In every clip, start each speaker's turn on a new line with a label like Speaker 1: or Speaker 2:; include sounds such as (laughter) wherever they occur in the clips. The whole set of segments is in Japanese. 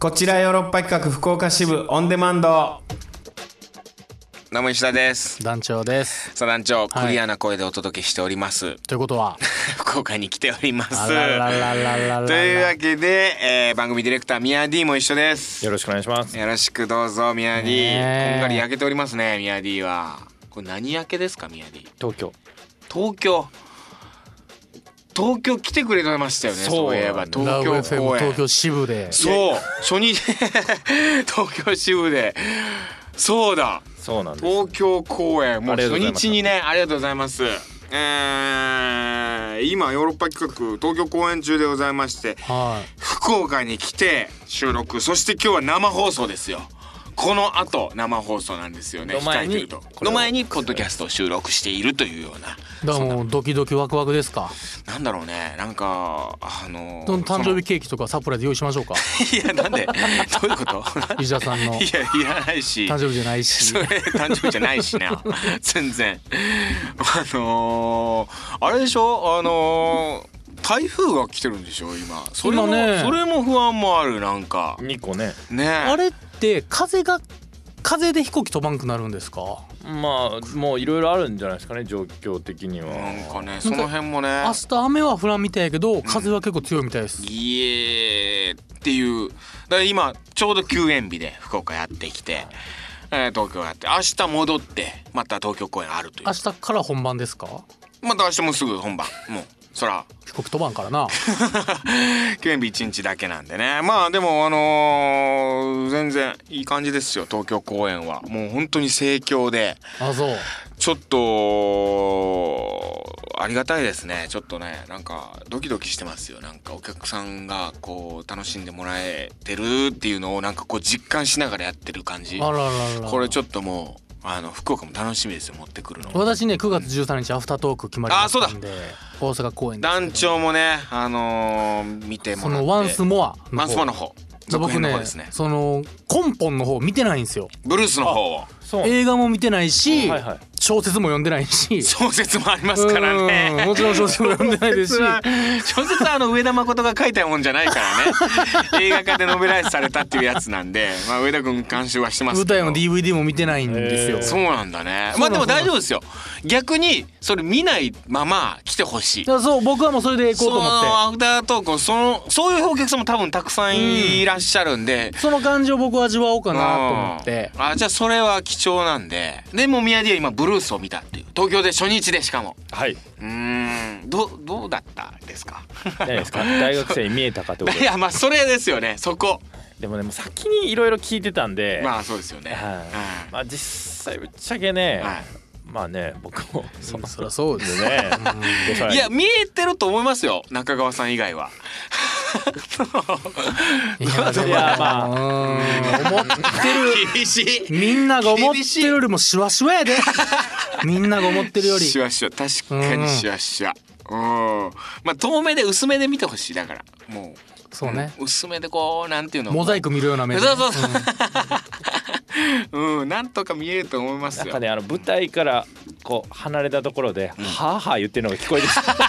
Speaker 1: こちらヨーロッパ企画福岡支部オンデマンド
Speaker 2: どうも石田です。
Speaker 3: 団長です
Speaker 2: さあ団長、
Speaker 3: はい
Speaker 2: クリアな声でお届けしております。 (laughs)
Speaker 3: ということは
Speaker 2: 福岡に来ております。
Speaker 3: あららららららら
Speaker 2: というわけで、えー番組ディレクター宮 D も一緒です。
Speaker 4: よろしくお願いします。
Speaker 2: よろしくどうぞ宮 D。
Speaker 3: ねえ
Speaker 2: こんがり焼けておりますね宮 D は。これ何焼けですか宮 D。
Speaker 4: 東京。
Speaker 2: 東京。東京来てくれてましたよね。そういえば東
Speaker 3: ラブ
Speaker 2: 京
Speaker 3: FM
Speaker 2: 公演。
Speaker 3: 東京支部で
Speaker 2: そう初日 (laughs) 東京支部で。そうだ。
Speaker 4: そうなんです。
Speaker 2: 東京公演もう
Speaker 4: ありがと
Speaker 2: 初
Speaker 4: うございます
Speaker 2: 日にねありがとうございます。えー今ヨーロッパ企画東京公演中でございまして
Speaker 3: は
Speaker 2: 福岡に来て収録そして今日は生放送ですよこの後生放送なんですよね
Speaker 4: の前に
Speaker 2: 控えてると
Speaker 4: こ
Speaker 2: の
Speaker 4: れを
Speaker 2: 前にポッドキャストを収録しているというようない
Speaker 3: だからもうドキドキワクワクですか
Speaker 2: なんだろうねなんかあの
Speaker 3: その誕生日ケーキとかサプライズ用意しましょうか
Speaker 2: 日いやなんでど (laughs) ういうこと
Speaker 3: 石田さん
Speaker 2: (laughs)
Speaker 3: の
Speaker 2: いやいらないし
Speaker 3: 誕生日じゃないし
Speaker 2: それ誕生日じゃないしな (laughs) 全然あのー、あれでしょあのー、台風が来てるんでしょ今それも、
Speaker 3: 今ね
Speaker 2: それも不安もあるなんか
Speaker 4: 二個ね。
Speaker 2: ね
Speaker 3: あれって風が風で飛行機飛ばんくなるんですか
Speaker 4: まあもういろいろあるんじゃないですかね。状況的には。
Speaker 2: なんかねその辺もね
Speaker 3: 明日雨は降らんみたいやけど風は結構強いみたいです、
Speaker 2: いえーっていうだから今ちょうど休園日で福岡やってきて、えー東京やって明日戻ってまた東京公演あるという
Speaker 3: 明日から本番ですか
Speaker 2: また明日もすぐ本番もうそら
Speaker 3: 飛行機飛ばんか
Speaker 2: (laughs)
Speaker 3: らな
Speaker 2: 記念日1日だけなんでねまあでもあのー全然いい感じですよ東京公演はもう本当に盛況で
Speaker 3: あそう
Speaker 2: ちょっとありがたいですねちょっとねなんかドキドキしてますよなんかお客さんがこう楽しんでもらえてるっていうのをなんかこう実感しながらやってる感じ
Speaker 3: あらららら
Speaker 2: これちょっともうあの福岡も楽しみですよ持ってくるの
Speaker 3: 私ね9月13日アフタートーク決まりましたんで大阪公演ですけど
Speaker 2: 団長もねあのー見ても
Speaker 3: そ
Speaker 2: らって
Speaker 3: のワンスモア
Speaker 2: ワ
Speaker 3: の
Speaker 2: ンスモ
Speaker 3: 方
Speaker 2: アの方続
Speaker 3: 僕
Speaker 2: 編の
Speaker 3: ね
Speaker 2: 方ですね
Speaker 3: その根本の方見てないんですよ
Speaker 2: ブルースの方を
Speaker 4: そう。
Speaker 3: 映画も見てないし、
Speaker 4: はいはい
Speaker 3: 小説も読んでな
Speaker 2: (laughs)
Speaker 3: いし
Speaker 2: 小説もありますから
Speaker 3: うん
Speaker 2: ね。
Speaker 3: もちろん小説も読んでな
Speaker 2: (laughs)
Speaker 3: いですし
Speaker 2: 小説はあの上田誠が書いたもんじゃない
Speaker 3: (laughs)
Speaker 2: からね映画化でノベライズされたっていうやつなんで、まあ、上田君監修はしてます
Speaker 3: 舞
Speaker 2: けど
Speaker 3: 台も DVD も見てないんですよ、
Speaker 4: へー
Speaker 2: そうなんだね
Speaker 3: そう
Speaker 2: ま
Speaker 3: な
Speaker 2: あ
Speaker 3: ん
Speaker 2: でも大丈夫ですよ逆にそれ見ないまま来てほしい
Speaker 3: だからそう僕はもうそれで行こ
Speaker 2: そ
Speaker 3: うと思って
Speaker 2: のアフタートークをそのそういうお客さんも多分たくさんいらっしゃるんで、
Speaker 3: その感じを僕は味わおうかなと思って
Speaker 2: うんあじゃあそれは貴重なんででもう宮地は今ブルースを見たっていう東京で初日でしかも
Speaker 4: はい。
Speaker 2: うーんどうどうだったですか (laughs)
Speaker 4: 何ですか。大学生に見えたかってこと
Speaker 2: い
Speaker 4: で。
Speaker 2: やまあそれですよねそこ
Speaker 4: でもねもう先にいろいろ聞いてたんで。
Speaker 2: まあそうですよね
Speaker 4: はい。
Speaker 2: は
Speaker 4: まあ実際ぶっちゃけね。
Speaker 2: はい
Speaker 4: まあね僕もその
Speaker 3: そりゃそうですね
Speaker 4: ね。おそら
Speaker 2: い
Speaker 4: く
Speaker 2: いや見えてると思いますよ中川さん以外は
Speaker 3: いやでも
Speaker 4: いや (laughs) まあ
Speaker 3: うん思っ
Speaker 2: (laughs) 厳しい
Speaker 3: みんなが思ってるよりもシワシワやでみんなが思ってるより
Speaker 2: シワシワ確かにシワシワうんまあ遠目で薄めで見てほしいだからも
Speaker 3: そうね
Speaker 2: う薄めでこうなんていうの
Speaker 3: モザイク見るような目で
Speaker 2: そうそうそう (laughs) うんなんとか見えると思います
Speaker 4: なん
Speaker 2: よ
Speaker 4: かねあの舞台からこう離れたところで、はあはあ言ってるのが聞こえて
Speaker 2: (laughs)
Speaker 4: きた
Speaker 2: な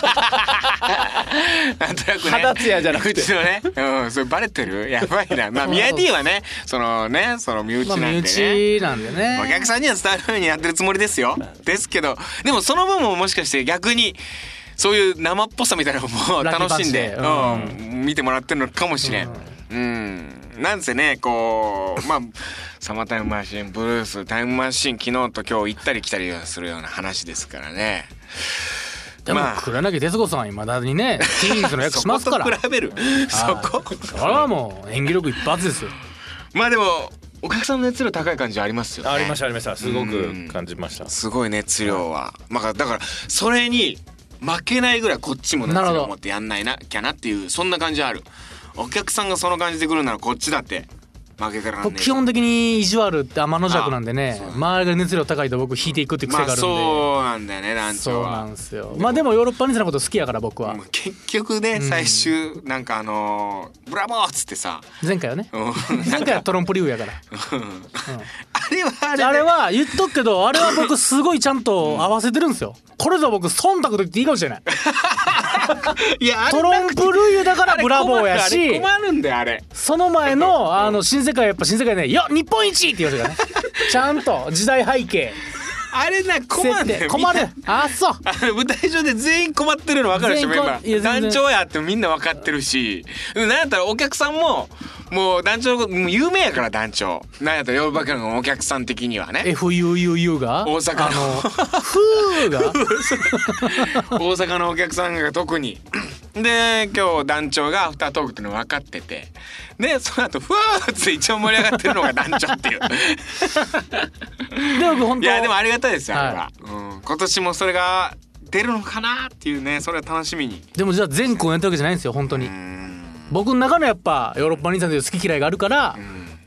Speaker 2: んとなくね
Speaker 4: 肌ツヤじゃなくて
Speaker 2: うちのねうんそれバレてる (laughs) やばいなまあ宮 D はねそのねその身内
Speaker 3: ま
Speaker 2: な
Speaker 3: あ
Speaker 2: んでね
Speaker 3: 身内なんでね
Speaker 2: お客さんには伝わるようにやってるつもりですよですけどでもその分ももしかして逆にそういう生っぽさみたいなのも
Speaker 3: ラッキーパ
Speaker 2: 楽
Speaker 3: ン
Speaker 2: し
Speaker 3: チ
Speaker 2: ん
Speaker 3: で
Speaker 2: で、うん見てもらってるのかもしれん。うん、なんせねこうまあ「サマータイムマシン」「ブルース」「タイムマシン」昨日と今日行ったり来たりするような話ですからね。
Speaker 3: でも
Speaker 2: まあ
Speaker 3: 黒柳徹子さんはいまだに
Speaker 2: (laughs)
Speaker 3: ねティーンズの役しますから
Speaker 2: そこと比べるそこ
Speaker 3: それはもう演技力一発ですよ
Speaker 2: まあでもお客さんの熱量高い感じはありますよね。
Speaker 4: ありましたありましたすご
Speaker 2: うん
Speaker 4: く感じました
Speaker 2: すごい熱量は、まあ、だからそれに負けないぐらいこっちも熱
Speaker 3: なるほ
Speaker 2: 量
Speaker 3: ど
Speaker 2: を持ってやんないなきゃなっていうそんな感じはあるお客さんがその感じで来るならこっちだって負けからんね
Speaker 3: 僕基本的に意地悪って天の弱なんでね
Speaker 2: あそう
Speaker 3: 周りが熱量高いと僕引いていくっていう癖
Speaker 2: ま
Speaker 3: が
Speaker 2: あ
Speaker 3: あるんで
Speaker 2: そうなんだよね団
Speaker 3: そ
Speaker 2: 長
Speaker 3: うな
Speaker 2: は
Speaker 3: ん。ですよまあでもヨーロッパ人のこと好きやから僕は
Speaker 2: もう結局ね最終なんかあのーブラボー!」っつってさ、
Speaker 3: 前回はね
Speaker 2: うん
Speaker 3: 前回はトロンプリーグやから
Speaker 2: あれはあれ
Speaker 3: あれ
Speaker 2: は
Speaker 3: は言っとくけどあれは僕すごいちゃんと合わせてるんですよこれぞ僕忖度と言っていいかもしれない
Speaker 2: い (laughs) やあれ
Speaker 3: トロンプルーユだからブラボーや
Speaker 2: あれ
Speaker 3: し
Speaker 2: 困るんだよあれ
Speaker 3: その前 (laughs) のあの新世界やっぱ新世界ね「よ日本一!」って言われてたね (laughs) ちゃんと時代背景
Speaker 2: あれな困るんだよ
Speaker 3: 困
Speaker 2: みん
Speaker 3: る
Speaker 2: な
Speaker 3: あそう
Speaker 2: あの舞台上で全員困ってるの分かるでしょメ
Speaker 3: 全
Speaker 2: ン
Speaker 3: 員
Speaker 2: バ
Speaker 3: こいや
Speaker 2: ー
Speaker 3: 全然
Speaker 2: 団長やってみんな分かってるしなんやったらお客さんももう団長のこともう有名やから団長なんやったら呼ぶばかりのお客さん的にはね
Speaker 3: FUUU が
Speaker 2: 大阪の
Speaker 3: 「ふー」 (laughs) が
Speaker 2: (laughs) 大阪のお客さんが特にで今日団長がアフタートークっていうの分かっててでその後ふわーって一応盛り上がってるのが団長って
Speaker 3: (laughs)
Speaker 2: いう
Speaker 3: でも本
Speaker 2: い
Speaker 3: 当
Speaker 2: やでもありがたいですよ
Speaker 3: は
Speaker 2: あ
Speaker 3: い
Speaker 2: れは、うん、今年もそれが出るのかなっていうねそれは楽しみに
Speaker 3: でもじゃあ全公演やったわけじゃないんですよ本当に僕の中のやっぱヨーロッパ兄さんという好き嫌いがあるから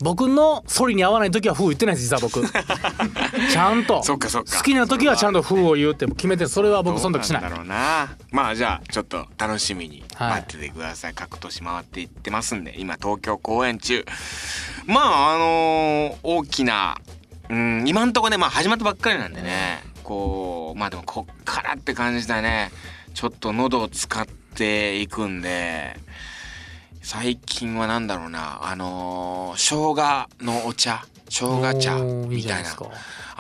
Speaker 3: 僕のソリに合わない時は「ふー」言ってないです実は僕 (laughs) ちゃんと
Speaker 2: そっかそっか
Speaker 3: 好きな時はちゃんと「ふー」を言うって決めてそれは僕そん
Speaker 2: どう
Speaker 3: 時しない
Speaker 2: んだろうなまあじゃあちょっと楽しみに
Speaker 3: はい
Speaker 2: 待っててください、各都市回っていってますんで今東京公演中まああのー大きなうん今んとこねまあ始まったばっかりなんでねこうまあでもこっからって感じだねちょっと喉を使っていくんで最近はなんだろうなあのー生姜のお茶生姜茶
Speaker 3: おーいい
Speaker 2: み
Speaker 3: じ
Speaker 2: た
Speaker 3: ゃない
Speaker 2: いな
Speaker 3: ですか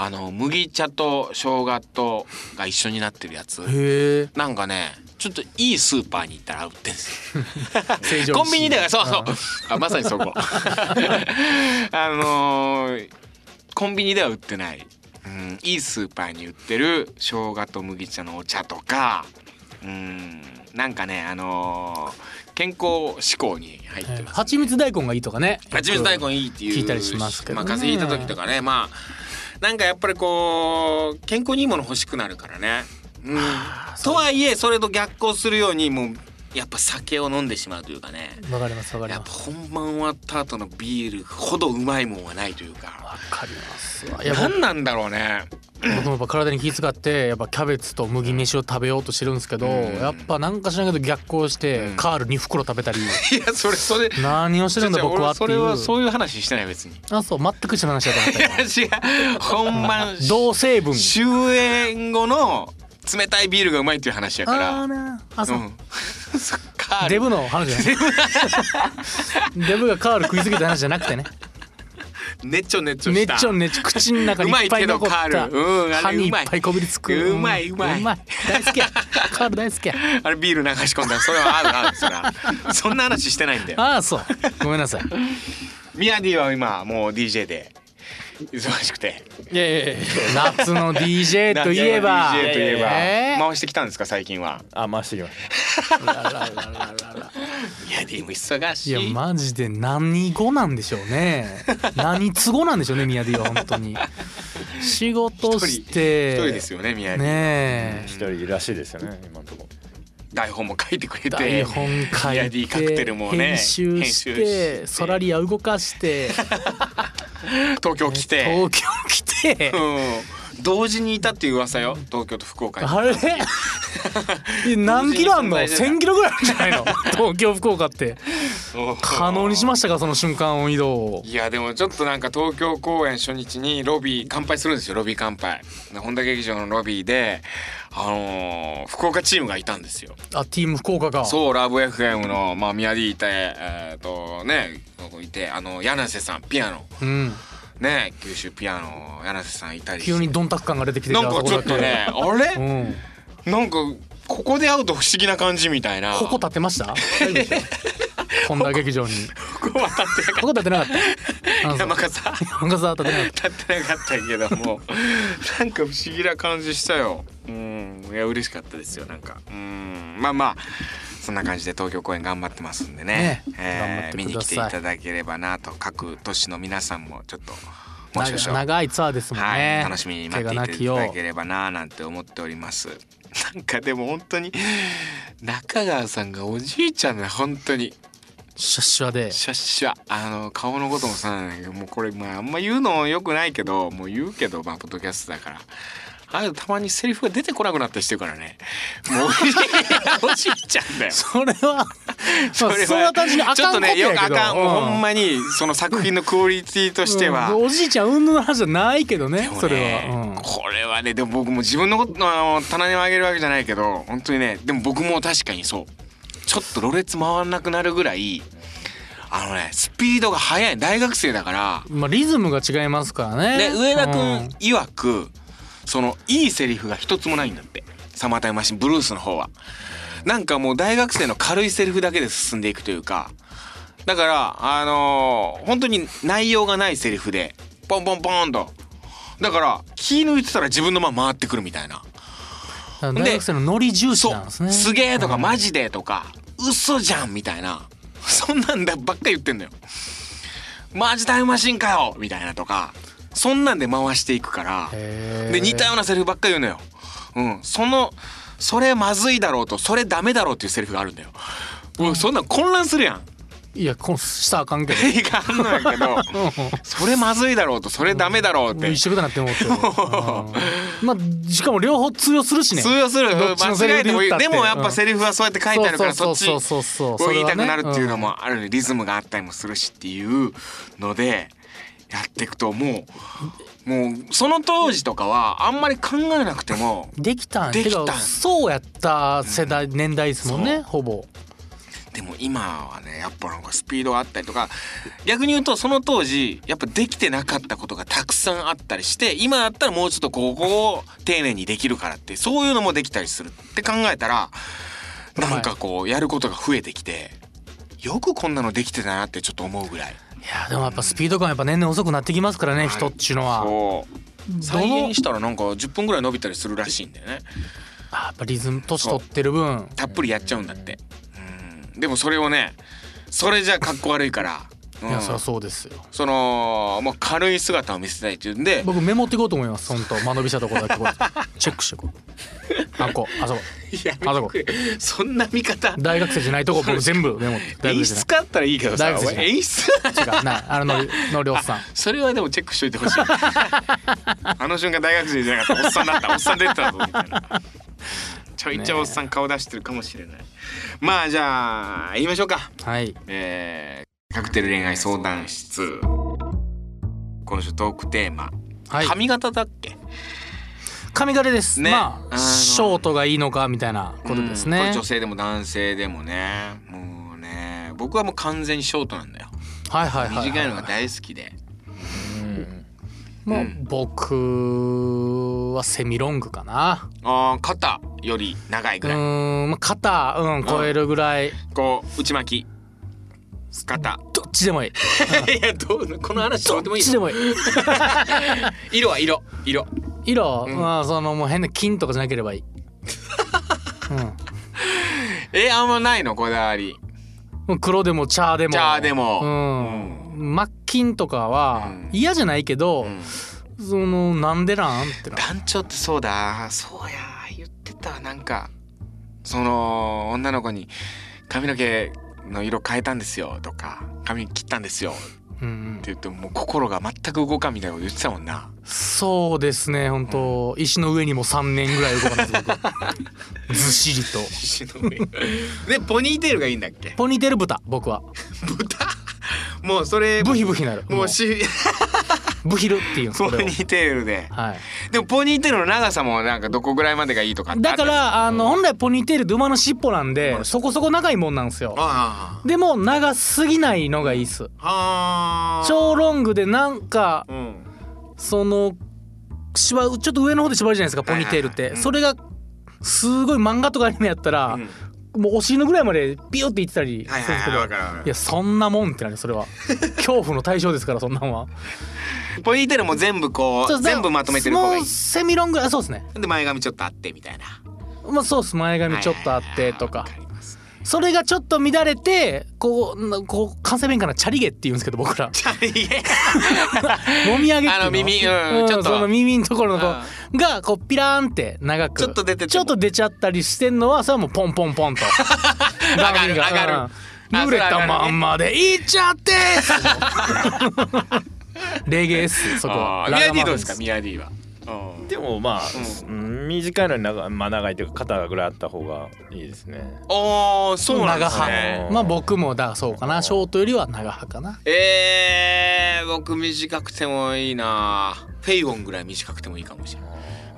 Speaker 2: あの麦茶と生姜とが一緒になってるやつ
Speaker 3: へえ
Speaker 2: なんかねちょっといいスーパーに行ったら売ってんですよ
Speaker 3: 成城石井
Speaker 2: コンビニだからそうそうあまさにそこ (laughs) あのーコンビニでは売ってない、うん、いいスーパーに売ってる生姜と麦茶のお茶とかうんなんかねあのー健康志向に入ってます
Speaker 3: 蜂蜜大根がいいとかね
Speaker 2: 蜂蜜大根いいっていう
Speaker 3: 聞いたりしますけどね
Speaker 2: あ、風邪ひいた時とかねまあなんかやっぱりこう健康にいいもの欲しくなるからね、うん、とはいえそれと逆行するようにもうやっぱ酒を飲んでしまうというかね
Speaker 3: わかりますわかり
Speaker 2: やっ
Speaker 3: ま
Speaker 2: ぱ
Speaker 3: す
Speaker 2: 本番終わった後のビールほどうまいもんはないというか
Speaker 3: わかりますわいや僕
Speaker 2: 何なんだろうね (laughs)
Speaker 3: 僕もやっぱ体に気遣ってやっぱキャベツと麦飯を食べようとしてるんですけどやっぱなんか知らんけど逆行してカール2袋食べ
Speaker 2: (laughs)
Speaker 3: たり
Speaker 2: いやそれそれ
Speaker 3: 何をしてるんだ僕
Speaker 2: 俺
Speaker 3: はってい
Speaker 2: そうれはそういう話してない別に (laughs)
Speaker 3: あそう全く違う話だと思っ
Speaker 2: いや違う本 (laughs) 番
Speaker 3: た同成分
Speaker 2: 終演後の冷たいビールがうまいっていう話やか
Speaker 3: あ
Speaker 2: ら
Speaker 3: ーなあそう、
Speaker 2: うん、 (laughs) そっか
Speaker 3: デブの話じ
Speaker 2: (laughs)
Speaker 3: ゃないデブがカール食いすぎた話じゃなくてね
Speaker 2: ねっちょねっちょ
Speaker 3: ね
Speaker 2: し
Speaker 3: ったちょねっちょ口の中にいっぱい残った
Speaker 2: うまいけどカールうんあ
Speaker 3: 歯
Speaker 2: れ
Speaker 3: にいうっ
Speaker 2: まい
Speaker 3: ぱいこびりつく
Speaker 2: うまいうまい
Speaker 3: んうまい大好きやカール大好きや
Speaker 2: あれビール流し込んだらそれは合う (laughs) 合うそらそんな話してないんだよ
Speaker 3: ああそうごめんなさい
Speaker 2: ミヤディは今もう DJ で忙しくて
Speaker 3: いやいやいや夏の DJ といえば
Speaker 2: DJ といえば、
Speaker 3: えー
Speaker 2: 回してきたんですか最近は
Speaker 4: あ回してきまし
Speaker 2: ミヤディも忙し
Speaker 3: い
Speaker 2: い
Speaker 3: やマジで何語なんでしょうね何都合なんでしょうね宮 D は本当に仕事して
Speaker 2: 一人ですよねミヤディ、
Speaker 3: ね
Speaker 4: た一人らしいですよね今のところ
Speaker 2: 台本も書いてくれて
Speaker 3: え台本書
Speaker 2: ミヤデ
Speaker 3: いて
Speaker 2: ィカクテルもね
Speaker 3: 編集してソラリア動かして
Speaker 2: 東京来て
Speaker 3: 東京来て
Speaker 2: うん同時にいたっていう噂よ東京と福岡に
Speaker 3: あれ
Speaker 2: (laughs)
Speaker 3: いや何キロあんの
Speaker 2: 同時に存在してた
Speaker 3: ?1000 キロぐらいあるんじゃないの (laughs) 東京福岡って
Speaker 2: うん
Speaker 3: 可能にしましたかその瞬間を移動を
Speaker 2: いやでもちょっとなんか東京公演初日にロビー乾杯するんですよロビー乾杯で本田劇場のロビーであのー福岡チームがいたんですよ
Speaker 3: あティーム福岡が
Speaker 2: そうラブ FM のまあ宮城いてえーっとねここいてあの柳瀬さんピアノ
Speaker 3: うん
Speaker 2: ね九州ピアノ柳瀬さんいたりして
Speaker 3: 急にドンタク感が出てきて
Speaker 2: なんかちょっと
Speaker 3: (laughs)
Speaker 2: ねあ
Speaker 3: う
Speaker 2: れ
Speaker 3: ん
Speaker 2: なんかここで会うと不思議な感じみたいな
Speaker 3: ここ立て
Speaker 2: (laughs)
Speaker 3: ました大丈夫でしょ本田劇場に
Speaker 2: ここは立ってなか
Speaker 3: ここ立てなかった
Speaker 2: った山笠
Speaker 3: なんかさ立てなかっ
Speaker 2: 立ってなかったけどもなんか不思議な感じしたようんいや嬉しかったですよなんかうんまあまあそんな感じで東京公演頑張ってますんでね
Speaker 3: ね
Speaker 2: えー見
Speaker 3: 頑張って
Speaker 2: に
Speaker 3: くだ
Speaker 2: 来
Speaker 3: さ
Speaker 2: て
Speaker 3: い
Speaker 2: いただければなと各都市の皆さんもちょっと
Speaker 3: た
Speaker 2: もしかし
Speaker 3: 長
Speaker 2: たら
Speaker 3: 長いツアーですもんね、
Speaker 2: はい、楽しみに待っていていただけ
Speaker 3: 怪
Speaker 2: ればなぁなんて思っております。なんかでも本当に中川さんがおじいちゃんだ本当に
Speaker 3: 我なきシャッシャで
Speaker 2: シャッシャあの顔のこともさなんだけどもうこれまああんま言うのよくないけどもう言うけどまあポッドキャストだからああいうのたまにセリフが出てこなくなったりしてるからねもうおじいちゃんだよ
Speaker 3: そ
Speaker 2: (laughs)
Speaker 3: れはそれは単純にあ
Speaker 2: ちょっ
Speaker 3: かん
Speaker 2: と
Speaker 3: こ
Speaker 2: ね
Speaker 3: とやけど
Speaker 2: よくあかん、もう
Speaker 3: う
Speaker 2: ほんまにその作品のクオリティとしては、
Speaker 3: うんおじいちゃんうんぬの話じゃないけどね
Speaker 2: でもね
Speaker 3: それは、うん
Speaker 2: これはねでも僕も自分のことあの棚にあげるわけじゃないけど本当にねでも僕も確かにそうちょっとろれつ回んなくなるぐらいあのねスピードが速い大学生だから
Speaker 3: まあ、リズムが違いますからね
Speaker 2: で上田君
Speaker 3: うん
Speaker 2: 曰くそのいいセリフが一つもないんだってサマータイムマシンブルースの方はなんかもう大学生の軽いセリフだけで進んでいくというかだからあのー本当に内容がないセリフでポンポンポンとだから気抜いてたら自分の間回ってくるみたいな
Speaker 3: 大学生のノリ重視
Speaker 2: そ
Speaker 3: なんです
Speaker 2: う
Speaker 3: ね
Speaker 2: すげえとかマジでとか嘘じゃんみたいな (laughs) そんなんだばっか言ってんのよマジタイムマシンかよみたいなとかそんなんで回していくから
Speaker 3: へー
Speaker 2: で似たようなセリフばっか言うのよ。うん、そのそれまずいだろうとそれダメだろうっていうセリフがあるんだよ。もうそんなん混乱するやん。
Speaker 3: いやこのしたらあかん
Speaker 2: (laughs)
Speaker 3: けど
Speaker 2: いかんのやけ
Speaker 3: (laughs)
Speaker 2: どそれまずいだろうとそれダメだろうっ
Speaker 3: もう
Speaker 2: て
Speaker 3: 一緒だなって思っ
Speaker 2: (laughs)
Speaker 3: てる、うんまあしかも両方通用するしね
Speaker 2: 通用する
Speaker 3: どっちのセリ
Speaker 2: 間違
Speaker 3: フ
Speaker 2: えてもいい
Speaker 3: 言た
Speaker 2: でもやっぱセ
Speaker 3: リ
Speaker 2: リフはそうやって書いてあるからそっち
Speaker 3: そうそうそうそ
Speaker 2: こ
Speaker 3: う
Speaker 2: う言いた
Speaker 3: そ
Speaker 2: く
Speaker 3: れはね
Speaker 2: なるっていうのもあるリズムがあったりもするしっていうのでやっていくともうもうその当時とかはあんまり考えなくても
Speaker 3: できたん
Speaker 2: できたん
Speaker 3: てかそうやった世代、年代ですもんねほぼ
Speaker 2: でも今はねやっぱなんかスピードがあったりとか逆に言うとその当時やっぱできてなかったことがたくさんあったりして今だったらもうちょっとここを丁寧にできるからってそういうのもできたりするって考えたらなんかこうやることが増えてきてよくこんなのできてたなってちょっと思うぐらい。
Speaker 3: いやでもやっぱスピード感やっぱ年々遅くなってきますからね、人っちゅうのは
Speaker 2: そう
Speaker 3: ど
Speaker 2: 再
Speaker 3: の
Speaker 2: 現したらなんか10分ぐらい伸びたりするらしいんだよね
Speaker 3: あやっぱリズム年取ってる分
Speaker 2: たっぷりやっちゃうんだってうんでもそれをねそれじゃかっこ悪いから、うん
Speaker 3: いやそりゃそうですよ
Speaker 2: そのもう軽い姿を見せたいっていうんで
Speaker 3: 僕メモっていこうと思います本当間延びしたところだけこうチェックしてこうあこうあそこ
Speaker 2: や
Speaker 3: あそこ
Speaker 2: そんな見方
Speaker 3: 大学生じゃない
Speaker 2: (laughs)
Speaker 3: とこ僕全部メモって大
Speaker 2: 演
Speaker 3: 学生じ
Speaker 2: 出家あったらいいけどさ
Speaker 3: 大学生じゃない
Speaker 2: 演出
Speaker 3: ゃない違うなあののりのりおっさん
Speaker 2: それはでもチェックしといてほし
Speaker 3: (laughs)
Speaker 2: いあの瞬間大学生じゃなかったおっさんだったおっさん出てたぞみたいなちょいちょいおっさん顔出してるかもしれない、まあじゃあ言いましょうか
Speaker 3: はい
Speaker 2: えーカクテル恋愛相談室今週トークテーマ、
Speaker 3: はい
Speaker 2: 髪型だっけ
Speaker 3: 髪型です、
Speaker 2: ね
Speaker 3: ま
Speaker 2: あ
Speaker 3: あ
Speaker 2: の
Speaker 3: ショートがいいのかみたいなことです
Speaker 2: うんこ
Speaker 3: ね
Speaker 2: れ、女性でも男性でもねもうね僕はもう完全にショートなんだよ
Speaker 3: はいはいはいは
Speaker 2: 短いのが大好きで
Speaker 3: もう僕はセミロングかな
Speaker 2: あー肩より長いうぐらい
Speaker 3: ーんまあ肩うん超えるぐらい
Speaker 2: こう内巻き肩
Speaker 3: どっちでもいい
Speaker 2: いやどうこの話 (laughs) どうでも
Speaker 3: どっ
Speaker 2: いい
Speaker 3: ちでもいい
Speaker 2: 色は色色
Speaker 3: 色、まあそのもう変な金とかじゃなけれ
Speaker 2: (laughs)
Speaker 3: ばいいうん
Speaker 2: えあんまないのこだわり
Speaker 3: もう黒でも茶でも
Speaker 2: 茶でも
Speaker 3: うん真っ金とかは
Speaker 2: うん
Speaker 3: 嫌じゃないけど、
Speaker 2: ん
Speaker 3: そのなんでなんってな
Speaker 2: 団長ってそうだそうや言ってたわなんかその女の子に髪の毛の色変えたんですよとか髪切ったんですよって
Speaker 3: うんうん
Speaker 2: 言ってももう心が全く動かんみたいなこと言ってたもんな
Speaker 3: そうですね本当、石の上にも3年ぐらい動かないです
Speaker 2: (laughs)
Speaker 3: 僕ずっしりと
Speaker 2: 石の上 (laughs) でポニーテールがいいんだっけ
Speaker 3: ポニーテール豚僕は
Speaker 2: 豚もうそれ
Speaker 3: ブヒブヒなる
Speaker 2: もうし
Speaker 3: ブヒルっていうんで
Speaker 2: (laughs)
Speaker 3: す
Speaker 2: ポ
Speaker 3: これ
Speaker 2: ニ
Speaker 3: を
Speaker 2: ーテールで
Speaker 3: はい
Speaker 2: でもポニーテールの長さもなんかどこぐらいまでがいいとかってあ
Speaker 3: だ
Speaker 2: った
Speaker 3: か
Speaker 2: りする
Speaker 3: らあの本来ポニーテールって馬の尻尾なん
Speaker 2: 馬の
Speaker 3: でそこそこ長いもんなんですよ
Speaker 2: あ
Speaker 3: でも長すぎないのがいいっす
Speaker 2: あああ
Speaker 3: 超ロングでなんか
Speaker 2: うん
Speaker 3: その縛るちょっと上の方で縛るじゃないですかポニーテールっ
Speaker 2: はいはい
Speaker 3: て
Speaker 2: はい
Speaker 3: それがすごい漫画とかアニメやったら
Speaker 2: うん
Speaker 3: もうお尻のぐらいまでピュっていってたりするん
Speaker 2: はい
Speaker 3: です
Speaker 2: は
Speaker 3: け
Speaker 2: い
Speaker 3: ど
Speaker 2: わかるわかる
Speaker 3: いやそんなもんってな
Speaker 2: (laughs)
Speaker 3: るそれは恐怖の対象ですからそんなんは
Speaker 2: ポニーテールも全部こ
Speaker 3: そう
Speaker 2: う全部まとめてる方がい
Speaker 3: も
Speaker 2: いう
Speaker 3: セミロングあそうですね
Speaker 2: で前髪ちょっとあってみたいな
Speaker 3: まあそうっす前髪ちょっとあってとか
Speaker 2: はいはいはいわります
Speaker 3: それがちょっと乱れてこうなこう関西弁からチャリゲって言うんですけど僕ら
Speaker 2: チャリゲ
Speaker 3: (laughs) もみあげっていう
Speaker 2: あの耳うんちょっと
Speaker 3: その耳のところのこ
Speaker 2: う
Speaker 3: うがこうピラーンって長く
Speaker 2: ちょっと出てても
Speaker 3: ちょっと出ちゃったりしてんのはそれはもうポンポンポンと上
Speaker 2: がる (laughs) 上がるあ
Speaker 3: 濡れたまんまでいっちゃって
Speaker 2: (laughs)
Speaker 3: ーレゲエっすそこは
Speaker 2: あーミヤディどうですかミヤディはうん
Speaker 4: でもまあ、うん短いのに長,、まあ、長いというか肩ぐらいあった方がいいですね
Speaker 2: ああそうなんです
Speaker 4: 長
Speaker 2: ね
Speaker 4: 派
Speaker 3: まあ僕もだそうかなショートよりは長派かな
Speaker 2: えー、僕短くてもいいなフェイゴンぐらい短くてもいいかもしれ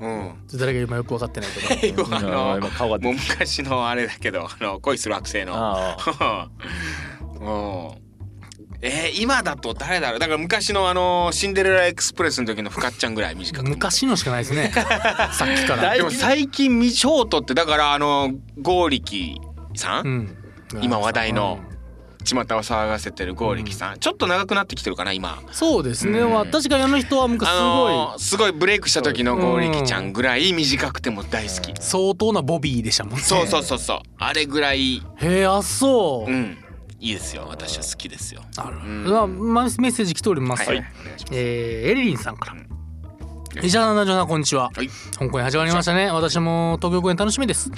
Speaker 2: ないうん
Speaker 3: 誰が今よく分かってないけど
Speaker 2: フェイ (laughs) ゴンあの
Speaker 4: うん今顔が出
Speaker 2: も
Speaker 4: て
Speaker 2: う昔のあれだけどあの恋する惑星の
Speaker 4: ああ
Speaker 2: (laughs) うんえー、今だと誰だろうだから昔のあのシンデレラエクスプレスの時のフカッちゃんぐらい短くても
Speaker 3: 昔のしかないで
Speaker 2: (laughs)
Speaker 3: すねさっきから
Speaker 2: でも最近ミショートってだからあの剛力さん、
Speaker 3: うん
Speaker 2: 今話題の巷を騒がせてる剛力さん、ちょっと長くなってきてるかな今
Speaker 3: そうですね、まあ確かにあの人は昔すご
Speaker 2: あ
Speaker 3: い、
Speaker 2: のーすごいブレイクした時の剛力ちゃんぐらい短くても大好き、
Speaker 3: 相当なボビーでしたもんね
Speaker 2: そうそうそうそうあれぐらい
Speaker 3: へえあそう、
Speaker 2: うんいいですよ私は好きですよ
Speaker 3: なるほど
Speaker 2: うん
Speaker 3: まあまあメッセージ来ております、
Speaker 2: はい、お願いします
Speaker 3: えーエリリンさんから
Speaker 2: うん
Speaker 3: 石原ナジョナこんにちは、
Speaker 2: はい
Speaker 3: 香港に始まりましたね私も東京公演楽しみです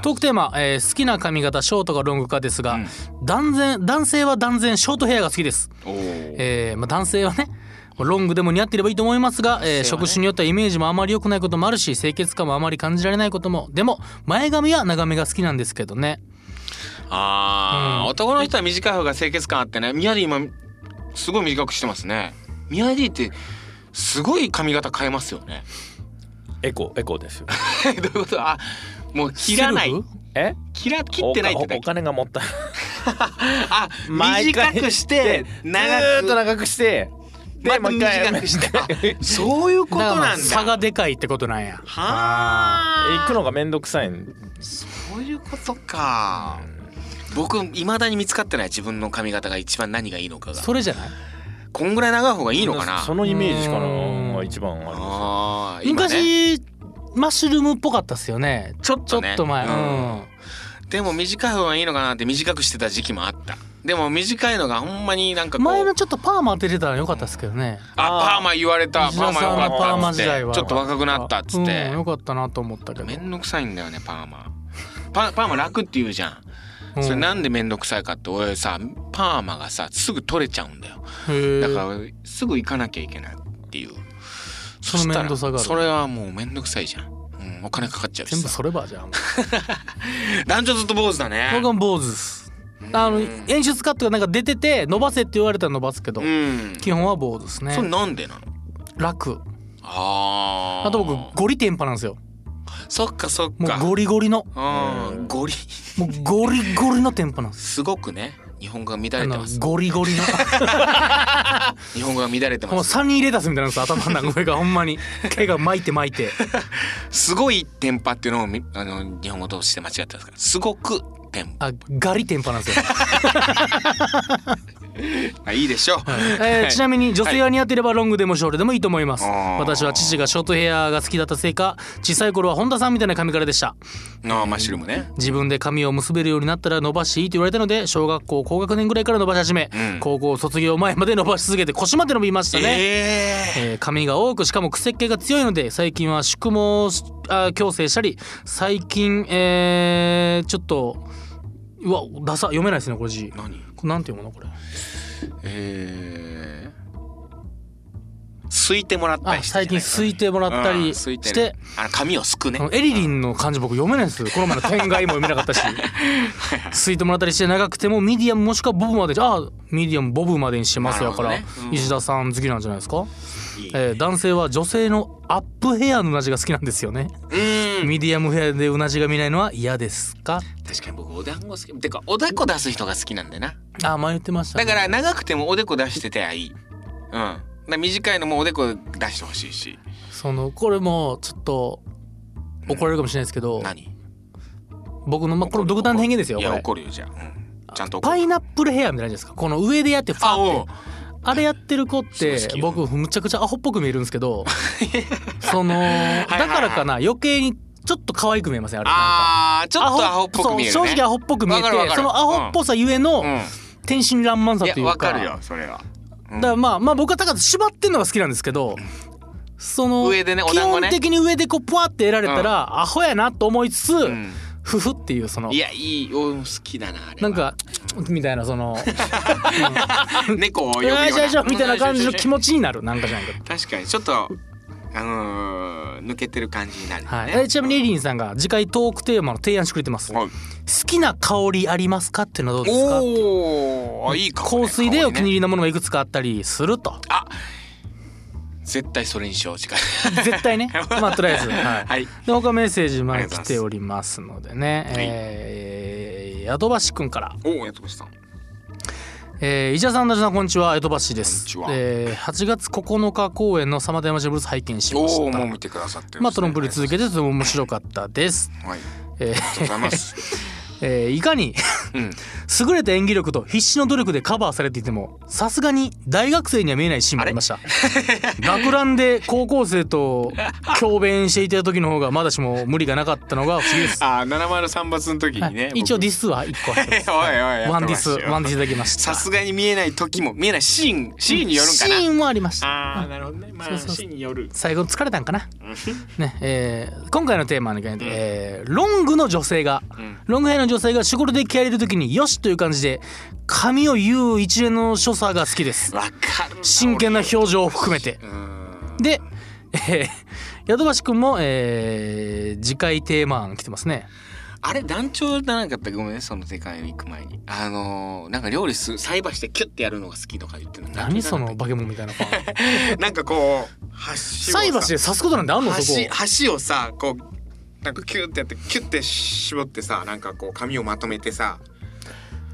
Speaker 3: トークテーマ、えー好きな髪型ショートかロングかですが、
Speaker 2: うん
Speaker 3: 断然男性は断然ショートヘアが好きです、
Speaker 2: おー
Speaker 3: えーまあ、男性はねロングでも似合ってればいいと思いますが、えー職種によってはイメージもあまり良くないこともあるし清潔感もあまり感じられないこともでも前髪は長めが好きなんですけどね
Speaker 2: あー、
Speaker 3: うん
Speaker 2: 男の人は短い方が清潔感あってね宮で今すごい短くしてますね宮でってすごい髪型変えますよね (laughs)
Speaker 4: エコエコですよ
Speaker 2: どういうことあもう切らない
Speaker 3: セルフ
Speaker 4: え
Speaker 2: 切ら切ってないってだ
Speaker 4: お
Speaker 2: け
Speaker 4: お金がもったい
Speaker 2: あ
Speaker 4: 毎
Speaker 2: 短
Speaker 4: 回
Speaker 2: くして長
Speaker 4: ずーっと
Speaker 2: く
Speaker 4: 長くして
Speaker 2: また短くしてあそういうこと
Speaker 3: からま
Speaker 2: な
Speaker 3: あ
Speaker 2: ん
Speaker 3: 差
Speaker 2: だ
Speaker 3: がでかいってことなんや
Speaker 2: はあ
Speaker 4: 行くのがめんどくさい
Speaker 2: そういうことか僕未だに見つかってない自分の髪型が一番何がいいのかが
Speaker 3: それじゃない
Speaker 2: こんぐらい長い方がいいのかな
Speaker 4: そのイメージか
Speaker 3: うん
Speaker 4: なが一番あります
Speaker 2: あー今ね
Speaker 3: 昔マッシュルームっぽかったっすよね
Speaker 2: ちょっ
Speaker 3: ちょ
Speaker 2: と
Speaker 3: っ
Speaker 2: ね
Speaker 3: と前、
Speaker 2: うん
Speaker 3: うん
Speaker 2: でも短い方がいいのかなって短くしてた時期もあったでも短いのがほんまになんかこ
Speaker 3: 前の
Speaker 2: う
Speaker 3: ちょっとパーマ当ててたらよかったですけどね。
Speaker 2: あパーマ言われた
Speaker 3: 石
Speaker 2: パー
Speaker 3: 田
Speaker 2: マ
Speaker 3: さんの
Speaker 2: よ
Speaker 3: パー
Speaker 2: か
Speaker 3: マ
Speaker 2: ったっつ
Speaker 3: 時代
Speaker 2: っ
Speaker 3: は
Speaker 2: てちょっと若くなったっつって
Speaker 3: うん、よかったなと思ったけど。
Speaker 2: めんどくさいんだよねパーマパパーマ楽って言うじゃん
Speaker 3: うん
Speaker 2: それなんでめんどくさいかって俺さパーマがさすぐ取れちゃうんだよ
Speaker 3: へえ
Speaker 2: だからすぐ行かなきゃいけないっていう
Speaker 3: そ
Speaker 2: そし
Speaker 3: の
Speaker 2: た
Speaker 3: 面
Speaker 2: ら
Speaker 3: 倒さがある
Speaker 2: それはもうめんどくさいじゃん、うん、お金かかっちゃうし
Speaker 3: 全部
Speaker 2: さ
Speaker 3: そればじゃん。
Speaker 2: 男女ずっと坊主だね
Speaker 3: 僕は坊主っす。あの演出カットがなんか出てて伸ばせって言われたら伸ばすけど、
Speaker 2: うん
Speaker 3: 基本は坊主です
Speaker 2: それ
Speaker 3: ね。
Speaker 2: なんでなの
Speaker 3: 楽。
Speaker 2: あー
Speaker 3: あと僕ゴリテンパなんですよ。
Speaker 2: そっかそっ
Speaker 3: も
Speaker 2: か
Speaker 3: うゴリゴリの
Speaker 2: あーゴリ
Speaker 3: もうゴリゴリのテンパなんです。
Speaker 2: すごくね日本語が乱れ
Speaker 3: あ
Speaker 2: て
Speaker 3: の
Speaker 2: ます
Speaker 3: ゴリゴリの
Speaker 2: 日本語が乱れて
Speaker 3: も
Speaker 2: ま
Speaker 3: う
Speaker 2: す
Speaker 3: サニーレタスみたいなんです頭の中
Speaker 2: (laughs)
Speaker 3: 上がほんまに毛が巻いて巻いて
Speaker 2: すごいテンパっていうのをみあの日本語として間違ってたんですからすごくテンパ
Speaker 3: あガリテンパなんですよ。
Speaker 2: あいいでしょう、
Speaker 3: えーちなみに女性は似合っていればロングでもショートでもいいと思います、
Speaker 2: あー
Speaker 3: 私は父がショートヘアが好きだったせいか小さい頃は本田さんみたいな髪からでした
Speaker 2: あーマッシュルームね
Speaker 3: 自分で髪を結べるようになったら伸ばしていいと言われたので小学校高学年ぐらいから伸ばし始め、
Speaker 2: うん
Speaker 3: 高校卒業前まで伸ばし続けて腰まで伸びましたね、
Speaker 2: え
Speaker 3: えー髪が多くしかも癖っ気が強いので最近は宿毛しあ矯正したり最近えー、ちょっとうわダサ読めないですねこれ字
Speaker 2: ー、何
Speaker 3: これなんて読むのこれ
Speaker 2: えー、すいてもらった
Speaker 3: あ
Speaker 2: りして
Speaker 3: 最近すいてもらった
Speaker 2: うん
Speaker 3: り
Speaker 2: すい
Speaker 3: してて
Speaker 2: るあの髪をすくね
Speaker 3: あのエリリンの漢字僕読めないですこの前の天外も読めなかっ
Speaker 2: (laughs)
Speaker 3: たし吸いてもらったりして長くてもミディアムもしくはボブまであミディアムボブまでにしてますやから、
Speaker 2: なるほどねうん
Speaker 3: 石田さん好きなんじゃないですか、
Speaker 2: いい
Speaker 3: えー男性は女性のアップヘアのうなじが好きなんですよね、
Speaker 2: うん
Speaker 3: ミディアムヘアでうなじが見ないのは嫌ですか
Speaker 2: 確かに僕お団子好きてかおでこ出す人が好きなんだよな
Speaker 3: あ前言ってました、ね、
Speaker 2: だから長くてもおでこ出しててはいい。うん。だから短いのもおでこ出してほしいし。
Speaker 3: そのこれもちょっと怒られるかもしれないですけど、
Speaker 2: 何？
Speaker 3: 僕のまあこれ独断偏見ですよ
Speaker 2: い
Speaker 3: こ
Speaker 2: や
Speaker 3: れ
Speaker 2: 怒るよじゃあ。うんちゃんと怒
Speaker 3: パ
Speaker 2: る。
Speaker 3: イナップルヘアみたいなのあるじゃないですかこの上でやってファ
Speaker 2: あ
Speaker 3: ー
Speaker 2: お
Speaker 3: っ
Speaker 2: う
Speaker 3: て。あれやってる子って
Speaker 2: そう好きよ
Speaker 3: 僕むちゃくちゃアホっぽく見えるんです
Speaker 2: (laughs)
Speaker 3: けどそのだからかな余計にちょっと可愛く見えませんあれなんか
Speaker 2: あーちょっとアホっぽく見える
Speaker 3: そう
Speaker 2: ね。
Speaker 3: 正直アホっぽく見え
Speaker 2: わかるわか
Speaker 3: て
Speaker 2: る
Speaker 3: そのアホっぽさゆえの
Speaker 2: う
Speaker 3: 天真爛漫さ
Speaker 2: ん。い
Speaker 3: とい
Speaker 2: や
Speaker 3: うか
Speaker 2: わかるよそれは。
Speaker 3: だからまあまあ僕は高く縛ってんのが好きなんですけどその
Speaker 2: 上でねお
Speaker 3: 基
Speaker 2: 団子
Speaker 3: 本
Speaker 2: ね
Speaker 3: 的に上でこうプワって得られたらアホやなと思いつつ
Speaker 2: ん
Speaker 3: フフっていうその
Speaker 2: いやいい俺も好きだなあれは。
Speaker 3: なんかみたいな
Speaker 2: (laughs)
Speaker 3: その
Speaker 2: 猫を呼ぶ
Speaker 3: よ
Speaker 2: よう
Speaker 3: い
Speaker 2: な
Speaker 3: しょよいしょみたいな感じの気
Speaker 2: 持ち。
Speaker 3: 持ちになるなんかじゃないけど
Speaker 2: 確かにちょっと。あのー抜けてる感じになる、ね。
Speaker 3: はい、えちなみにエリンさんが次回トークテーマの提案してくれてます、
Speaker 2: はい
Speaker 3: 好きな香りありますかっていうのはどうですか
Speaker 2: おお、いいかも、ね。
Speaker 3: 香水でお気に入
Speaker 2: り。
Speaker 3: りのものがいくつかあったりすると
Speaker 2: 絶対それにしよう。近い
Speaker 3: 絶対ねまあとりあ
Speaker 2: (laughs)
Speaker 3: えず、はい
Speaker 2: はい。
Speaker 3: で他メッセージ
Speaker 2: あり
Speaker 3: 前
Speaker 2: がとうござ
Speaker 3: 来
Speaker 2: います
Speaker 3: ておりますのでね、
Speaker 2: い
Speaker 3: えー、ヤドバシくんから
Speaker 2: (laughs) おお、やっとました。
Speaker 3: えー、石田さん、田島さん、こんにちは、江戸橋です。
Speaker 2: こんにちは
Speaker 3: えー、8月9日公演のサマダヤマジのブルース拝見しま
Speaker 2: お
Speaker 3: し
Speaker 2: お、
Speaker 3: た。
Speaker 2: もう見てくださってるんですね、
Speaker 3: まあ、トロンプリ続けてとても面白かったです。
Speaker 2: はい。
Speaker 3: え
Speaker 2: ありがとうございます。
Speaker 3: ーえーいかに (laughs)
Speaker 2: うん。
Speaker 3: 優れた演技力と必死の努力でカバーされていても、さすがに大学生には見えないシーンもありました。
Speaker 2: (laughs)
Speaker 3: 学ランで高校生と共弁していた時の方がまだしも無理がなかったのが不思議です。
Speaker 2: あー、七丸三罰の時にね。
Speaker 3: 一応ディ
Speaker 2: ス。。
Speaker 3: スは1個入ってます
Speaker 2: おいおい (laughs) やってましたよ
Speaker 3: ワンディス、ワンディスいただきました。
Speaker 2: さすがに見えない時も見えないシーンシーンによるんかな。
Speaker 3: シーンもありました。
Speaker 2: ああ、なるほどね。まあ
Speaker 3: そうそう
Speaker 2: シーンによる。
Speaker 3: 最後疲れたんかな、ねえー今回のテーマの、えーロングの女性が、ロングヘアの女性が仕事で着られる時に「よし!」という感じで髪を言う一連の所作が好きです
Speaker 2: わかる。
Speaker 3: 真剣な表情を含めてで、えー、宿橋君も、えー次回テーマ案来てますね
Speaker 2: あれ団長じゃなかったごめんねその世界に行く前にあのーなんか料理す菜箸でキュッてやるのが好きとか言ってる
Speaker 3: 何その
Speaker 2: なんか
Speaker 3: 化け物みた
Speaker 2: (laughs)
Speaker 3: いなパン
Speaker 2: なんかこう箸
Speaker 3: 菜箸で刺すことなんてあんのそこ
Speaker 2: 箸箸をさこうなんかキュッてやってキュッて絞ってさなんかこう髪をまとめてさ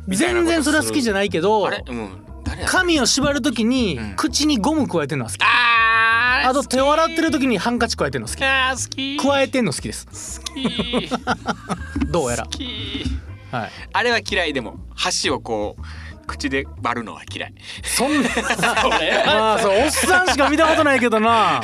Speaker 2: みたいな
Speaker 3: 全
Speaker 2: こと
Speaker 3: 然それは好きじゃないけど
Speaker 2: あれうん誰や
Speaker 3: 髪を縛る時に
Speaker 2: うん
Speaker 3: 口にゴム加えてるのは好き、
Speaker 2: あー
Speaker 3: あと手を洗ってる時にハンカチ加えてるの好き
Speaker 2: あー好き
Speaker 3: 加えてんの好きです
Speaker 2: 好き
Speaker 3: どうやら
Speaker 2: 好き
Speaker 3: はい
Speaker 2: (laughs) あれは嫌いでも箸をこう口で割るのは嫌い
Speaker 3: そんなまあそうおっさんしか見たことないけ
Speaker 2: (laughs)
Speaker 3: どな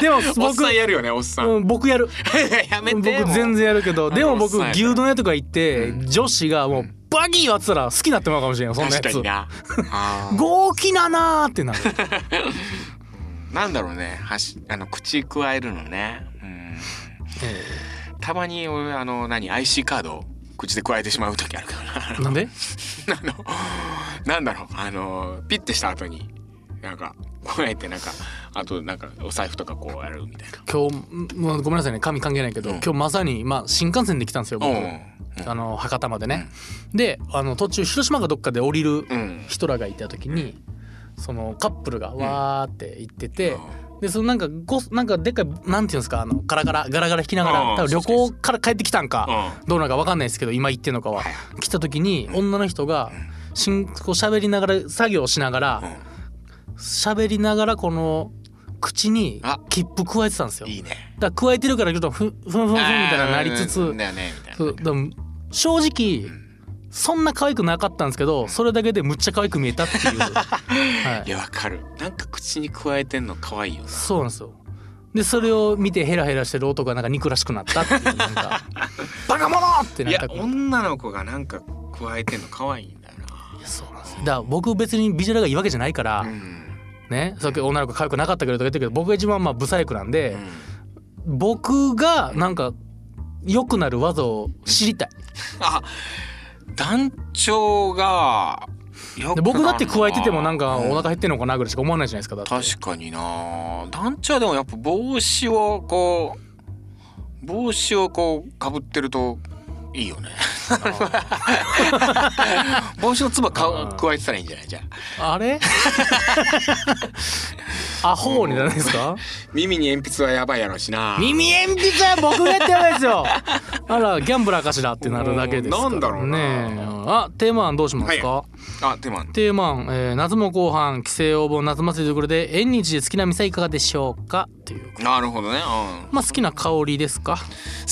Speaker 3: で
Speaker 2: お
Speaker 3: も
Speaker 2: っ
Speaker 3: 僕
Speaker 2: さんやるよねおっさん、
Speaker 3: うん、僕やる
Speaker 2: (laughs) やめ
Speaker 3: 僕
Speaker 2: て
Speaker 3: 全然やるけどでも僕
Speaker 2: おっさんやから
Speaker 3: 牛丼屋とか行って女子がもうバギー割ってたら好きになってもらうかもしれないそんな
Speaker 2: 確かに
Speaker 3: や
Speaker 2: なあ
Speaker 3: つ豪気だなーってなる
Speaker 2: ーなんだろうね箸あの口加えるのねうんたまに俺あの何 IC カードを口で加えてしま (laughs) う時あるからな
Speaker 3: なんで
Speaker 2: あのなんだろうあのピッてした後になんかこうやってなんかあとなんかお財布とかこうやるみたいな
Speaker 3: 今日まあごめんなさいね髪関係ないけど、
Speaker 2: うん
Speaker 3: 今日まさに、まあ、新幹線で来たんですよ僕、
Speaker 2: うん
Speaker 3: あの博多までね、であの途中広島かどっかで降りる
Speaker 2: うん
Speaker 3: 人らがいた時に、そのカップルがわーって行ってて、でそのなんかごなんかでっかいなんていうんですかあのガラガラガラガラ弾きながら、
Speaker 2: うん
Speaker 3: 多分旅行から帰ってきたんか、
Speaker 2: う
Speaker 3: どうなのか分かんないですけど今行ってんのかは、来た時に女の人が、しんこう喋りながら作業しながら喋、りながらこの口に
Speaker 2: あ
Speaker 3: 切符加えてたんですよ。
Speaker 2: いいね
Speaker 3: だから加えてるからちょっとふんふんふんふんみたいななりつ
Speaker 2: あーう
Speaker 3: つ
Speaker 2: んだよねみたいな
Speaker 3: そうでも正直そんな可愛くなかったんですけどそれだけでむっちゃ可愛く見えたって
Speaker 2: (laughs)
Speaker 3: いう、はいい、
Speaker 2: やわかるなんか口に加えてんの可愛いよな
Speaker 3: そうなんですよでそれを見てヘラヘラしてる男がなんか憎らしくなったっていうなん
Speaker 2: (laughs)
Speaker 3: か「バカ者!」って
Speaker 2: い
Speaker 3: なっ
Speaker 2: や
Speaker 3: たい
Speaker 2: 女の子がなんか加えてんの可愛いんだよな
Speaker 3: やそうなんですよだから僕別にビジュアルがいいわけじゃないから、
Speaker 2: うん
Speaker 3: ねさっき女の子可愛くなかったけどとか言ってるけど僕が一番まあ不細工なんで
Speaker 2: う、ん
Speaker 3: 僕がなんか良くなる技を知りたい
Speaker 2: あ団長がよく
Speaker 3: で
Speaker 2: なる
Speaker 3: 僕
Speaker 2: な
Speaker 3: だって加えててもなんか
Speaker 2: う
Speaker 3: お腹減ってんのかなぐらいしか思わないじゃないですかだって
Speaker 2: 確かにな団長はでもやっぱ帽子をこう帽子をこうかぶってるといいよね (laughs) 帽子のつばか加えてたらいいんじゃないじゃあ
Speaker 3: あれ (laughs) アホにならないですか
Speaker 2: 耳に鉛筆はやばいやろうしな
Speaker 3: 耳鉛筆は僕がやってやばいですよ (laughs) あらギャンブラーかしらってなるだけですから
Speaker 2: うんなんだろうな
Speaker 3: ねえあテーマ案どうしますか、
Speaker 2: あでも
Speaker 3: テーマ案、えー夏も後半帰省お盆夏祭りということで縁日で好きな店いかがでしょうかっていう
Speaker 2: なるほどね、うん、
Speaker 3: まあ好きな香りですか
Speaker 2: 好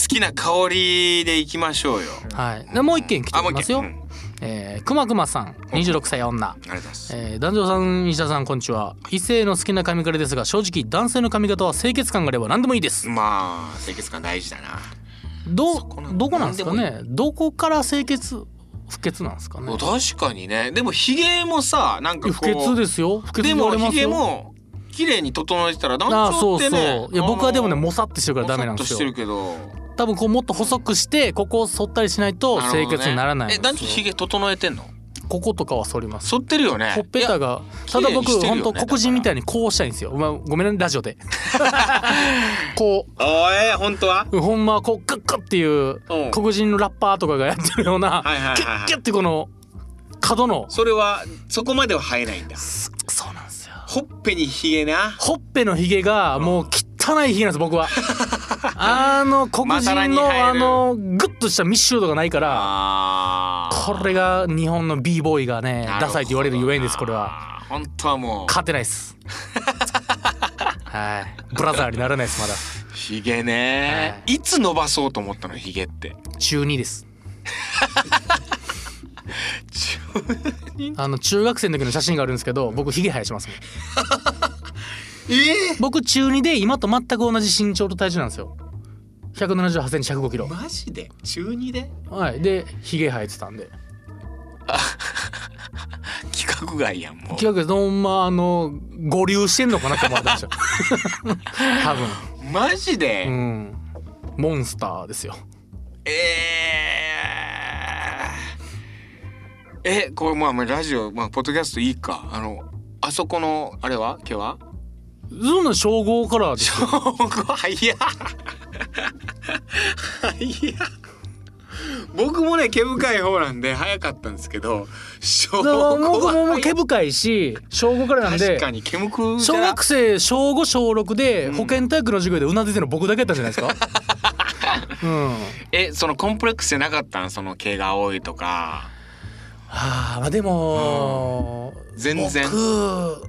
Speaker 2: きな香りでいきましょうよ
Speaker 3: はいでもう一件来ておりますよ
Speaker 2: あもう一件
Speaker 3: えーくまくまさん26歳女
Speaker 2: ありがとうございます
Speaker 3: えー、男女さん石田さんこんにちは異性の好きな髪型ですが正直男性の髪型は清潔感があれば何でもいいです
Speaker 2: まあ清潔感大事だな
Speaker 3: ど
Speaker 2: こなんだ
Speaker 3: どこなんですかねどこから清潔不潔なんですかね
Speaker 2: 確かにねでもヒゲもさなん
Speaker 3: い
Speaker 2: か
Speaker 3: や
Speaker 2: こ
Speaker 3: 不
Speaker 2: う
Speaker 3: 潔ですよ不潔
Speaker 2: で
Speaker 3: 言わ
Speaker 2: も
Speaker 3: れま
Speaker 2: ヒ
Speaker 3: す
Speaker 2: ゲ
Speaker 3: よ
Speaker 2: も綺麗に整えてたら団
Speaker 3: ああ
Speaker 2: 長
Speaker 3: そ
Speaker 2: っ
Speaker 3: う
Speaker 2: て
Speaker 3: そう
Speaker 2: ね
Speaker 3: いや僕はでもね
Speaker 2: あの
Speaker 3: もさっとしてるからダメなんです
Speaker 2: もさっ
Speaker 3: よ
Speaker 2: としてるけど
Speaker 3: 多分こうもっと細くしてここを剃ったりしないと
Speaker 2: なるほどね
Speaker 3: 清潔にならないん
Speaker 2: え
Speaker 3: で
Speaker 2: 団長
Speaker 3: す
Speaker 2: ヒ
Speaker 3: よ
Speaker 2: ゲ整えてんの
Speaker 3: こことかは反ります
Speaker 2: 剃ってるよね
Speaker 3: ほっぺたが
Speaker 2: 綺
Speaker 3: ただ
Speaker 2: 麗に
Speaker 3: 僕
Speaker 2: してるよね
Speaker 3: 本当黒人みたいにこうしたいんですよ、まあ、ごめんねラジ
Speaker 2: (laughs)
Speaker 3: オでこ
Speaker 2: いやおい本当は
Speaker 3: うほんまはこうクックッっていう
Speaker 2: うん
Speaker 3: 黒人のラッパーとかがやってるような、
Speaker 2: はいはいはいはい
Speaker 3: キュッキュッってこの角の
Speaker 2: それはそこまでは生えないんだ
Speaker 3: そそうなんですよ
Speaker 2: ほっぺにひげな
Speaker 3: ほっぺのひげがもう汚いひげなんです僕はあの黒
Speaker 2: まだら
Speaker 3: 人
Speaker 2: に
Speaker 3: の
Speaker 2: 生える
Speaker 3: あのグッとした密集度がないから
Speaker 2: あー
Speaker 3: これが日本の b ボーイがねダサいって言われるゆえんですこれは
Speaker 2: なるほどな本当はも
Speaker 3: 勝てないっ (laughs) すはいブラザーにならないですまだ
Speaker 2: うひげねいつ伸ばそうと思ったのひげって
Speaker 3: 中二ですあの中学生の時の写真があるんですけど僕ヒゲ生やします (laughs) もん
Speaker 2: え
Speaker 3: 僕中二で今と全く同じ身長と体重なんですよ1 7 8センチ1 0 5キロ
Speaker 2: マジで中二で
Speaker 3: はいでヒゲ生えてたんで
Speaker 2: 規格外やんも
Speaker 3: 気が付ほんまあの合流してんのかなって思われて (laughs) ました多分
Speaker 2: うマジで、
Speaker 3: うんモンスターですよ
Speaker 2: えー、えこれまあまあラジオまあポッドキャストいいかあのあそこのあれは今日は (laughs)
Speaker 3: そんな称号からですよ
Speaker 2: 僕は早っ早っ僕もね毛深い方なんで早かったんですけど小
Speaker 3: だから
Speaker 2: 五
Speaker 3: 僕もも
Speaker 2: は
Speaker 3: う毛深いし小5からなん
Speaker 2: 確
Speaker 3: で
Speaker 2: かに毛むくじゃ
Speaker 3: 小
Speaker 2: な
Speaker 3: 学生小5小6で
Speaker 2: ん
Speaker 3: 保健体育の授業でうなずいてるの僕だけやったんじゃないです (laughs) かうんは
Speaker 2: えそのコンプレックスじゃなかったんその毛が多いとか
Speaker 3: あまあでも、
Speaker 2: 全然
Speaker 3: 僕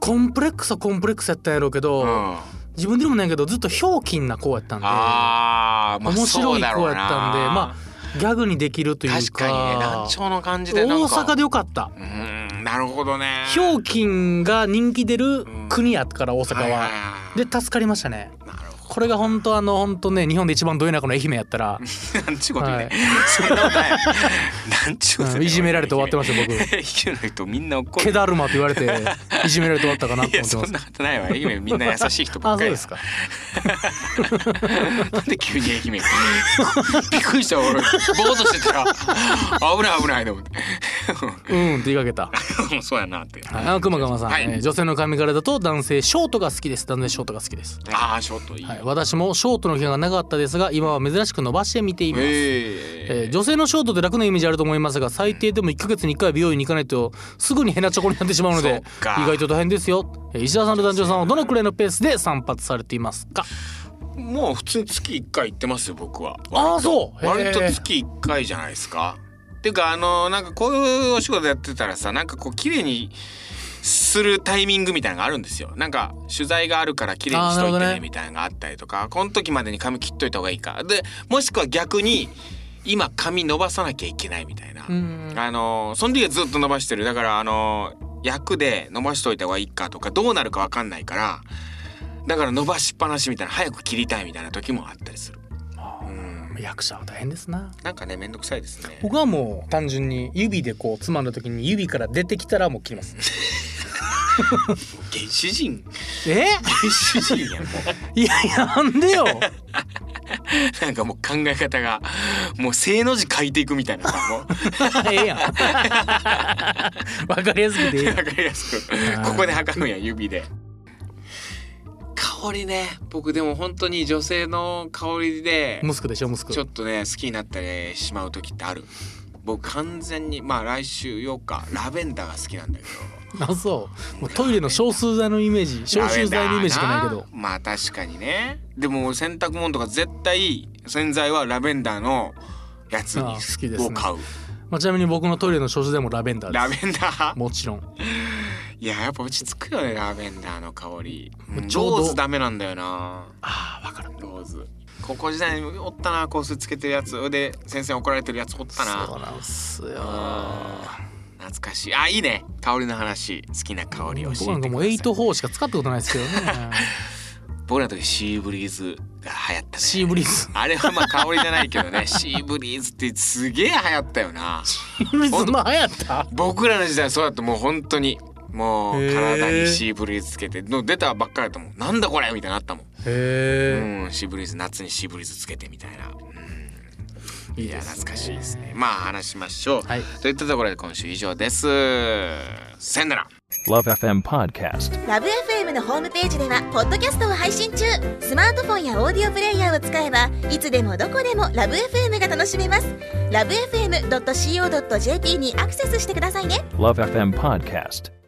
Speaker 3: コンプレックスはコンプレックスやったんやろうけど、
Speaker 2: うん
Speaker 3: 自分でもないけどずっとひょうきんな子やったんで、
Speaker 2: あー、まあそ
Speaker 3: 面白
Speaker 2: う
Speaker 3: い子
Speaker 2: だ
Speaker 3: やったん
Speaker 2: ろ
Speaker 3: で
Speaker 2: うな
Speaker 3: まあギャグにできるというか
Speaker 2: 確かにね難聴の感じで
Speaker 3: 大
Speaker 2: なんか
Speaker 3: 阪でよかった
Speaker 2: うーんなるほどね
Speaker 3: ひょうきんが人気出る国やから大阪は、
Speaker 2: はいはいはい
Speaker 3: で助かりましたね
Speaker 2: なるほ
Speaker 3: これが本当あの本当ね日本で一番ど田舎の愛媛やっ
Speaker 2: (laughs)
Speaker 3: たら
Speaker 2: どなんちゅうこと言うね、
Speaker 3: は
Speaker 2: そんなことないなんちゅうこと言うね
Speaker 3: うんいじめられて終わってまし
Speaker 2: (laughs)
Speaker 3: た僕
Speaker 2: 愛媛の人みんな怒
Speaker 3: 毛
Speaker 2: る
Speaker 3: だるまと言われていじめられて終わったかなと思っ
Speaker 2: い
Speaker 3: てま
Speaker 2: やそ
Speaker 3: す
Speaker 2: んなことないわ愛媛みんな優しい人ば
Speaker 3: あ
Speaker 2: っ
Speaker 3: そ
Speaker 2: か
Speaker 3: う
Speaker 2: り
Speaker 3: で
Speaker 2: だ
Speaker 3: すか
Speaker 2: なんで急に (laughs) 愛媛びっくりした俺ぼーっとしてたら危ない危ないと思って
Speaker 3: うんって言いかけた、
Speaker 2: うんそうやなって
Speaker 3: はい、あくまがまさん、
Speaker 2: はい
Speaker 3: えー女性の髪型だと男性ショートが好きです男性ショートが好きです、
Speaker 2: ああショートいい、
Speaker 3: はい、私もショートの毛がなかったですが今は珍しく伸ばしてみています、
Speaker 2: え
Speaker 3: えー女性のショートって楽なイメージあると思いますが最低でも1ヶ月に1回美容院に行かないとすぐにヘナチョコになってしまうので
Speaker 2: そっ
Speaker 3: 意
Speaker 2: か
Speaker 3: 外と大変ですよえー石田さんと団長さんはどのくらいのペースで散髪されていますか
Speaker 2: ーもう普通に月1回行ってますよ僕は
Speaker 3: ああそう
Speaker 2: 割と
Speaker 3: へー
Speaker 2: 月1回じゃないですか。っていうかあのなんかこういうお仕事やってたらさなんかこう綺麗にするタイミングみたいなのがあるんですよ。なんか取材があるから綺麗にしとい
Speaker 3: あー
Speaker 2: て
Speaker 3: なるほど
Speaker 2: ね
Speaker 3: ね
Speaker 2: みたいなのがあったりとか、この時までに髪切っといた方がいいか。でもしくは逆に今髪伸ばさなきゃいけないみたいな。
Speaker 3: うん
Speaker 2: あのその時はずっと伸ばしてるだからあの役で伸ばしといた方がいいかとかどうなるかわかんないからだから伸ばしっぱなしみたいな早く切りたいみたいな時もあったりする。
Speaker 3: 役者は大変ですな
Speaker 2: なんかねめんどくさいですね。
Speaker 3: 僕はもう単純に指でこうつまんだ時に指から出てきたらもう切ります
Speaker 2: 原始人
Speaker 3: (laughs) え
Speaker 2: 原始人やんもう
Speaker 3: いやなんで (laughs) よ
Speaker 2: (laughs) なんかもう考え方がもう正の字書いていくみたいなさもう (laughs)
Speaker 3: え (laughs) えやんわかりやすくてえ (laughs) えやん
Speaker 2: わかりやすくここで測るんや指で香りね僕でも本当に女性の香りで
Speaker 3: 息子でしょ息子
Speaker 2: ちょっとね好きになってしまう時ってある僕完全にまあ来週8日ラベンダーが好きなんだけど
Speaker 3: あそうもうトイレの消臭剤のイメージ消臭剤のイメージしかないけ
Speaker 2: ラベン
Speaker 3: ど
Speaker 2: ダーまあ確かにねでも洗濯物とか絶対洗剤はラベンダーのやつ
Speaker 3: ああ
Speaker 2: に
Speaker 3: 好きですね
Speaker 2: を買う
Speaker 3: まあ、ちなみに僕のトイレの消臭剤もラベンダー
Speaker 2: ラ
Speaker 3: で
Speaker 2: ベ
Speaker 3: す
Speaker 2: ンダー
Speaker 3: もちろん
Speaker 2: いややっぱ落ち着くよねラベンダーの香りうん
Speaker 3: ちょうど
Speaker 2: ローズダメなんだよな
Speaker 3: ああわかる
Speaker 2: ローズ高校時代におったな香水つけてるやつで先生に怒られてるやつおった
Speaker 3: そう
Speaker 2: な
Speaker 3: なんすよ
Speaker 2: 懐かしいあいいね香りの話好きな香り教えて
Speaker 3: 僕なんかもう
Speaker 2: ください
Speaker 3: 8-4しか使ったことないですけどね (laughs)
Speaker 2: 僕らの時シーブリーズが流行ったね
Speaker 3: シーブリーズ
Speaker 2: あれはまあ香りじゃないけどねシーブリーズってすげえ流行ったよな
Speaker 3: シーブリーズまあ流行った
Speaker 2: 僕らの時代そうだったもう本当にも
Speaker 3: へ
Speaker 2: う
Speaker 3: ー
Speaker 2: 体にシーブリーズつけての出たばっかりだったもんなんだこれみたいなのあったもん、
Speaker 3: へ
Speaker 2: うん、シーブリーズ夏にシーブリーズつけてみたいな、うん、いや懐かしいですねまあ話しましょう、
Speaker 3: はい
Speaker 2: といったところで今週以上ですさよなら
Speaker 5: Love FM Podcast.
Speaker 6: ラブ f m のホームページではポッドキャストを配信中スマートフォンやオーディオプレイヤーを使えばいつでもどこでもラブ f m が楽しめますラブ FM.co.jp にアクセスしてくださいね
Speaker 5: Love FM Podcast.